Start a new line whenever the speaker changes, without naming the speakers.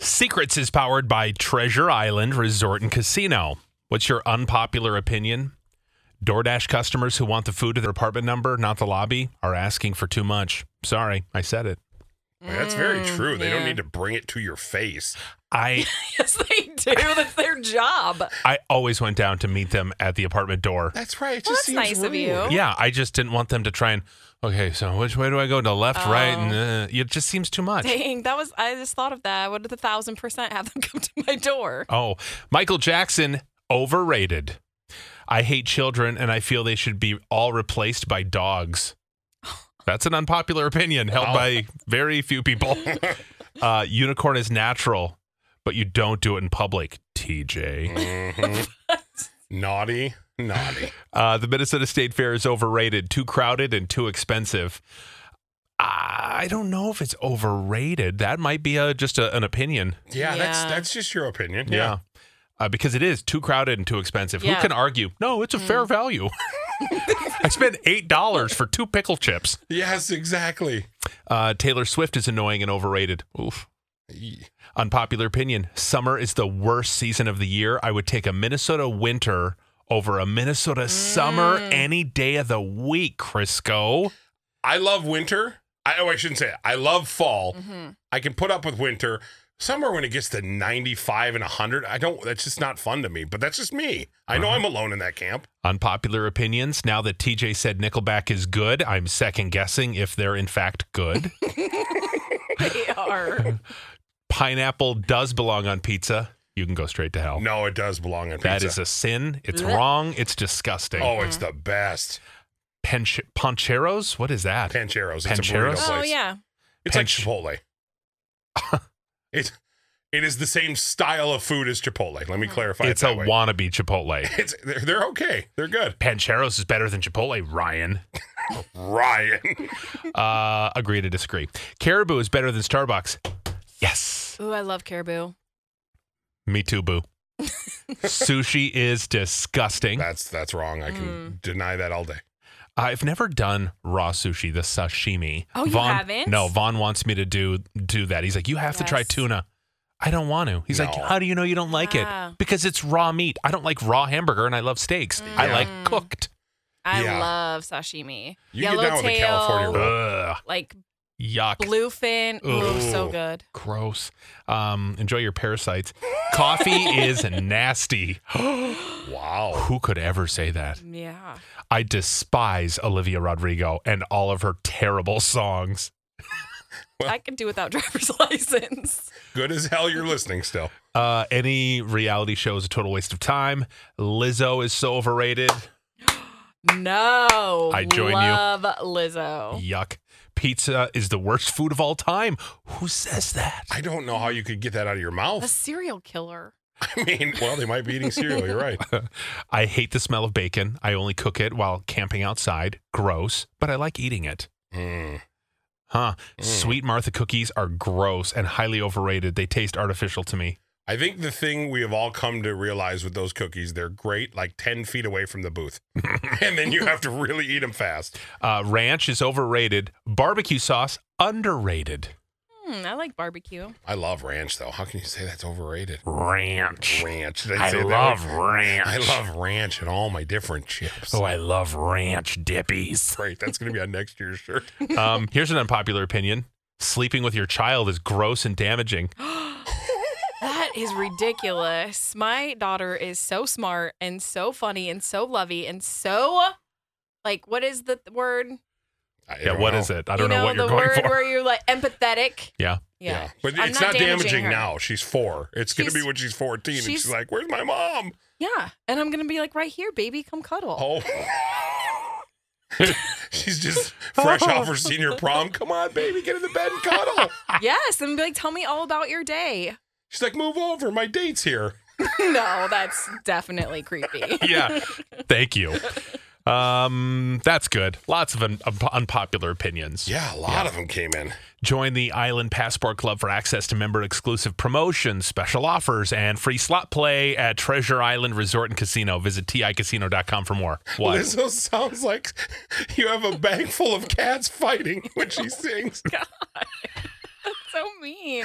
Secrets is powered by Treasure Island Resort and Casino. What's your unpopular opinion? DoorDash customers who want the food to their apartment number, not the lobby, are asking for too much. Sorry, I said it.
Well, that's very
Mm,
true. They
yeah.
don't need to bring it to your face.
I
Yes, they do. That's their job.
I always went down to meet them at the apartment door.
That's right. It
Well,
just
that's
seems
nice of you.
rude.
Yeah, I just didn't want them to try and okay, so which way do I go? To left, right,
Oh.
and uh, it just seems too much.
Dang, that was. I just thought of that. I would a thousand percent have them come to my door.
Oh, Michael Jackson overrated. I hate children and I feel they should be all replaced by dogs. That's an unpopular opinion held
Wow.
by very few people. Uh, unicorn is natural, but you don't do it in public, TJ.
Mhm. naughty, naughty.
Uh, the Minnesota State Fair is overrated, too crowded and too expensive. I don't know if it's overrated. That might be a, just a, an opinion.
Yeah, that's
Yeah.
that's just your opinion.
Yeah. Uh, because it is too crowded and too expensive. Who
Yeah.
can argue? No, it's a fair value. I spent $8 for two pickle chips.
Yes, exactly.
Uh, Taylor Swift is annoying and overrated. Oof.
Ye-
Unpopular opinion summer is the worst season of the year. I would take a Minnesota winter over a Minnesota summer any day of the week, Crisco.
I love winter. I oh, I shouldn't say it. I love fall.
Mm-hmm.
I can put up with winter. Summer when it gets to 95 and 100, I don't that's just not fun to me, but that's just me. I
Uh-huh.
know I'm alone in that camp.
Unpopular opinions. Now that TJ said Nickelback is good, I'm second guessing if they're in fact good.
They are.
Pineapple does belong on pizza. You can go straight to hell.
No, it does belong on pizza.
Oh. That is a sin. It's
Blech.
wrong. It's disgusting.
Oh, it's
Mm-hmm.
the best.
Panch- pancheros? What is that?
Pancheros. It's
Pancheros?
a burrito
oh
place.
yeah.
It's
Panch-
like Chipotle. it's it is the same style of food as Chipotle. Let me
Hmm.
clarify.
it's
it
a
that way.
wannabe Chipotle.
It's they're, they're okay. They're good.
Pancheros is better than Chipotle, Ryan.
Ryan.
Uh, agree to disagree. Caribou is better than Starbucks. Yes.
Ooh, I love caribou.
Me too, boo. Sushi is disgusting.
that's that's wrong. I
Hmm.
can deny that all day.
Uh, I've never done raw sushi, the sashimi.
Oh, you
Vaughn,
haven't?
No, Vaughn wants me to do do that. He's like, you have to try
Yes.
tuna. I don't want to. He's like,
No.
how do you know you don't like
Ah.
it? Because it's raw meat. I don't like raw hamburger, and I love steaks.
Mm.
I
Yeah.
like cooked.
I
Yeah.
love sashimi.
You get down with the
Yellowtail,
California roll.
Ugh,
Like
yuck.
bluefin. Ooh, so
Ooh.
good.
Gross. Um, enjoy your parasites. Coffee is nasty.
Wow.
Who could ever say that?
Yeah.
I despise Olivia Rodrigo and all of her terrible songs.
I can do without driver's license.
Good as hell you're listening still.
Uh, any reality show is a total waste of time. Lizzo is so overrated.
No.
I join you.
love
Oh.
Lizzo.
Yuck. Pizza is the worst food of all time. Who says that?
I don't know how you could get that out of your
A
mouth.
serial killer.
I mean, well, they might be eating cereal. You're right.
I hate the smell of bacon. I only cook it while camping outside. Gross, but I like eating it.
Mm.
Huh.
Mm.
Sweet Martha cookies are gross and highly overrated. They taste artificial to me.
I think the thing we have all come to realize with those cookies, they're great like 10 feet away from the booth. and then you have to really eat them fast.
Uh, ranch is overrated. Barbecue sauce, underrated.
Hmm, I like barbecue.
I love ranch, though. How can you say that's overrated?
Ranch.
Ranch. Did say that right?
ranch. Oh,
I love ranch and all my different chips.
I love ranch dippies.
Great. That's going to be on next year's shirt.
um, here's an unpopular opinion. Sleeping with your child is gross and damaging.
That is ridiculous. My daughter is so smart and so funny and so lovey and so like what is the th- word?
I
Yeah,
don't
what
know.
is it? I don't
you
know,
know,
what
the
you're going
word
for.
where you're like empathetic.
Yeah.
Yeah.
Yeah.
But
I'm
it's not, damaging
her.
now. She's four. It's going to
She's-
be when she's 14. and she's
she's-
like, where's my mom?
Yeah. And I'm gonna be like, right here, baby, come cuddle.
Oh. she's just fresh off her
Oh.
senior prom. Come on, baby. Get in the bed and cuddle.
Yes. And be like, tell me all about your day.
She's like, move over. My date's here.
no, that's definitely creepy.
yeah. Thank you. Um, that's good. Lots of un- un- unpopular opinions.
Yeah, a lot of them came in.
Join the Island Passport Club for access to member exclusive promotions, special offers, and free slot play at Treasure Island Resort and Casino. Visit ticasino.com for more. What?
Lizzo sounds like you have a bag full of cats fighting when she sings.
so mean.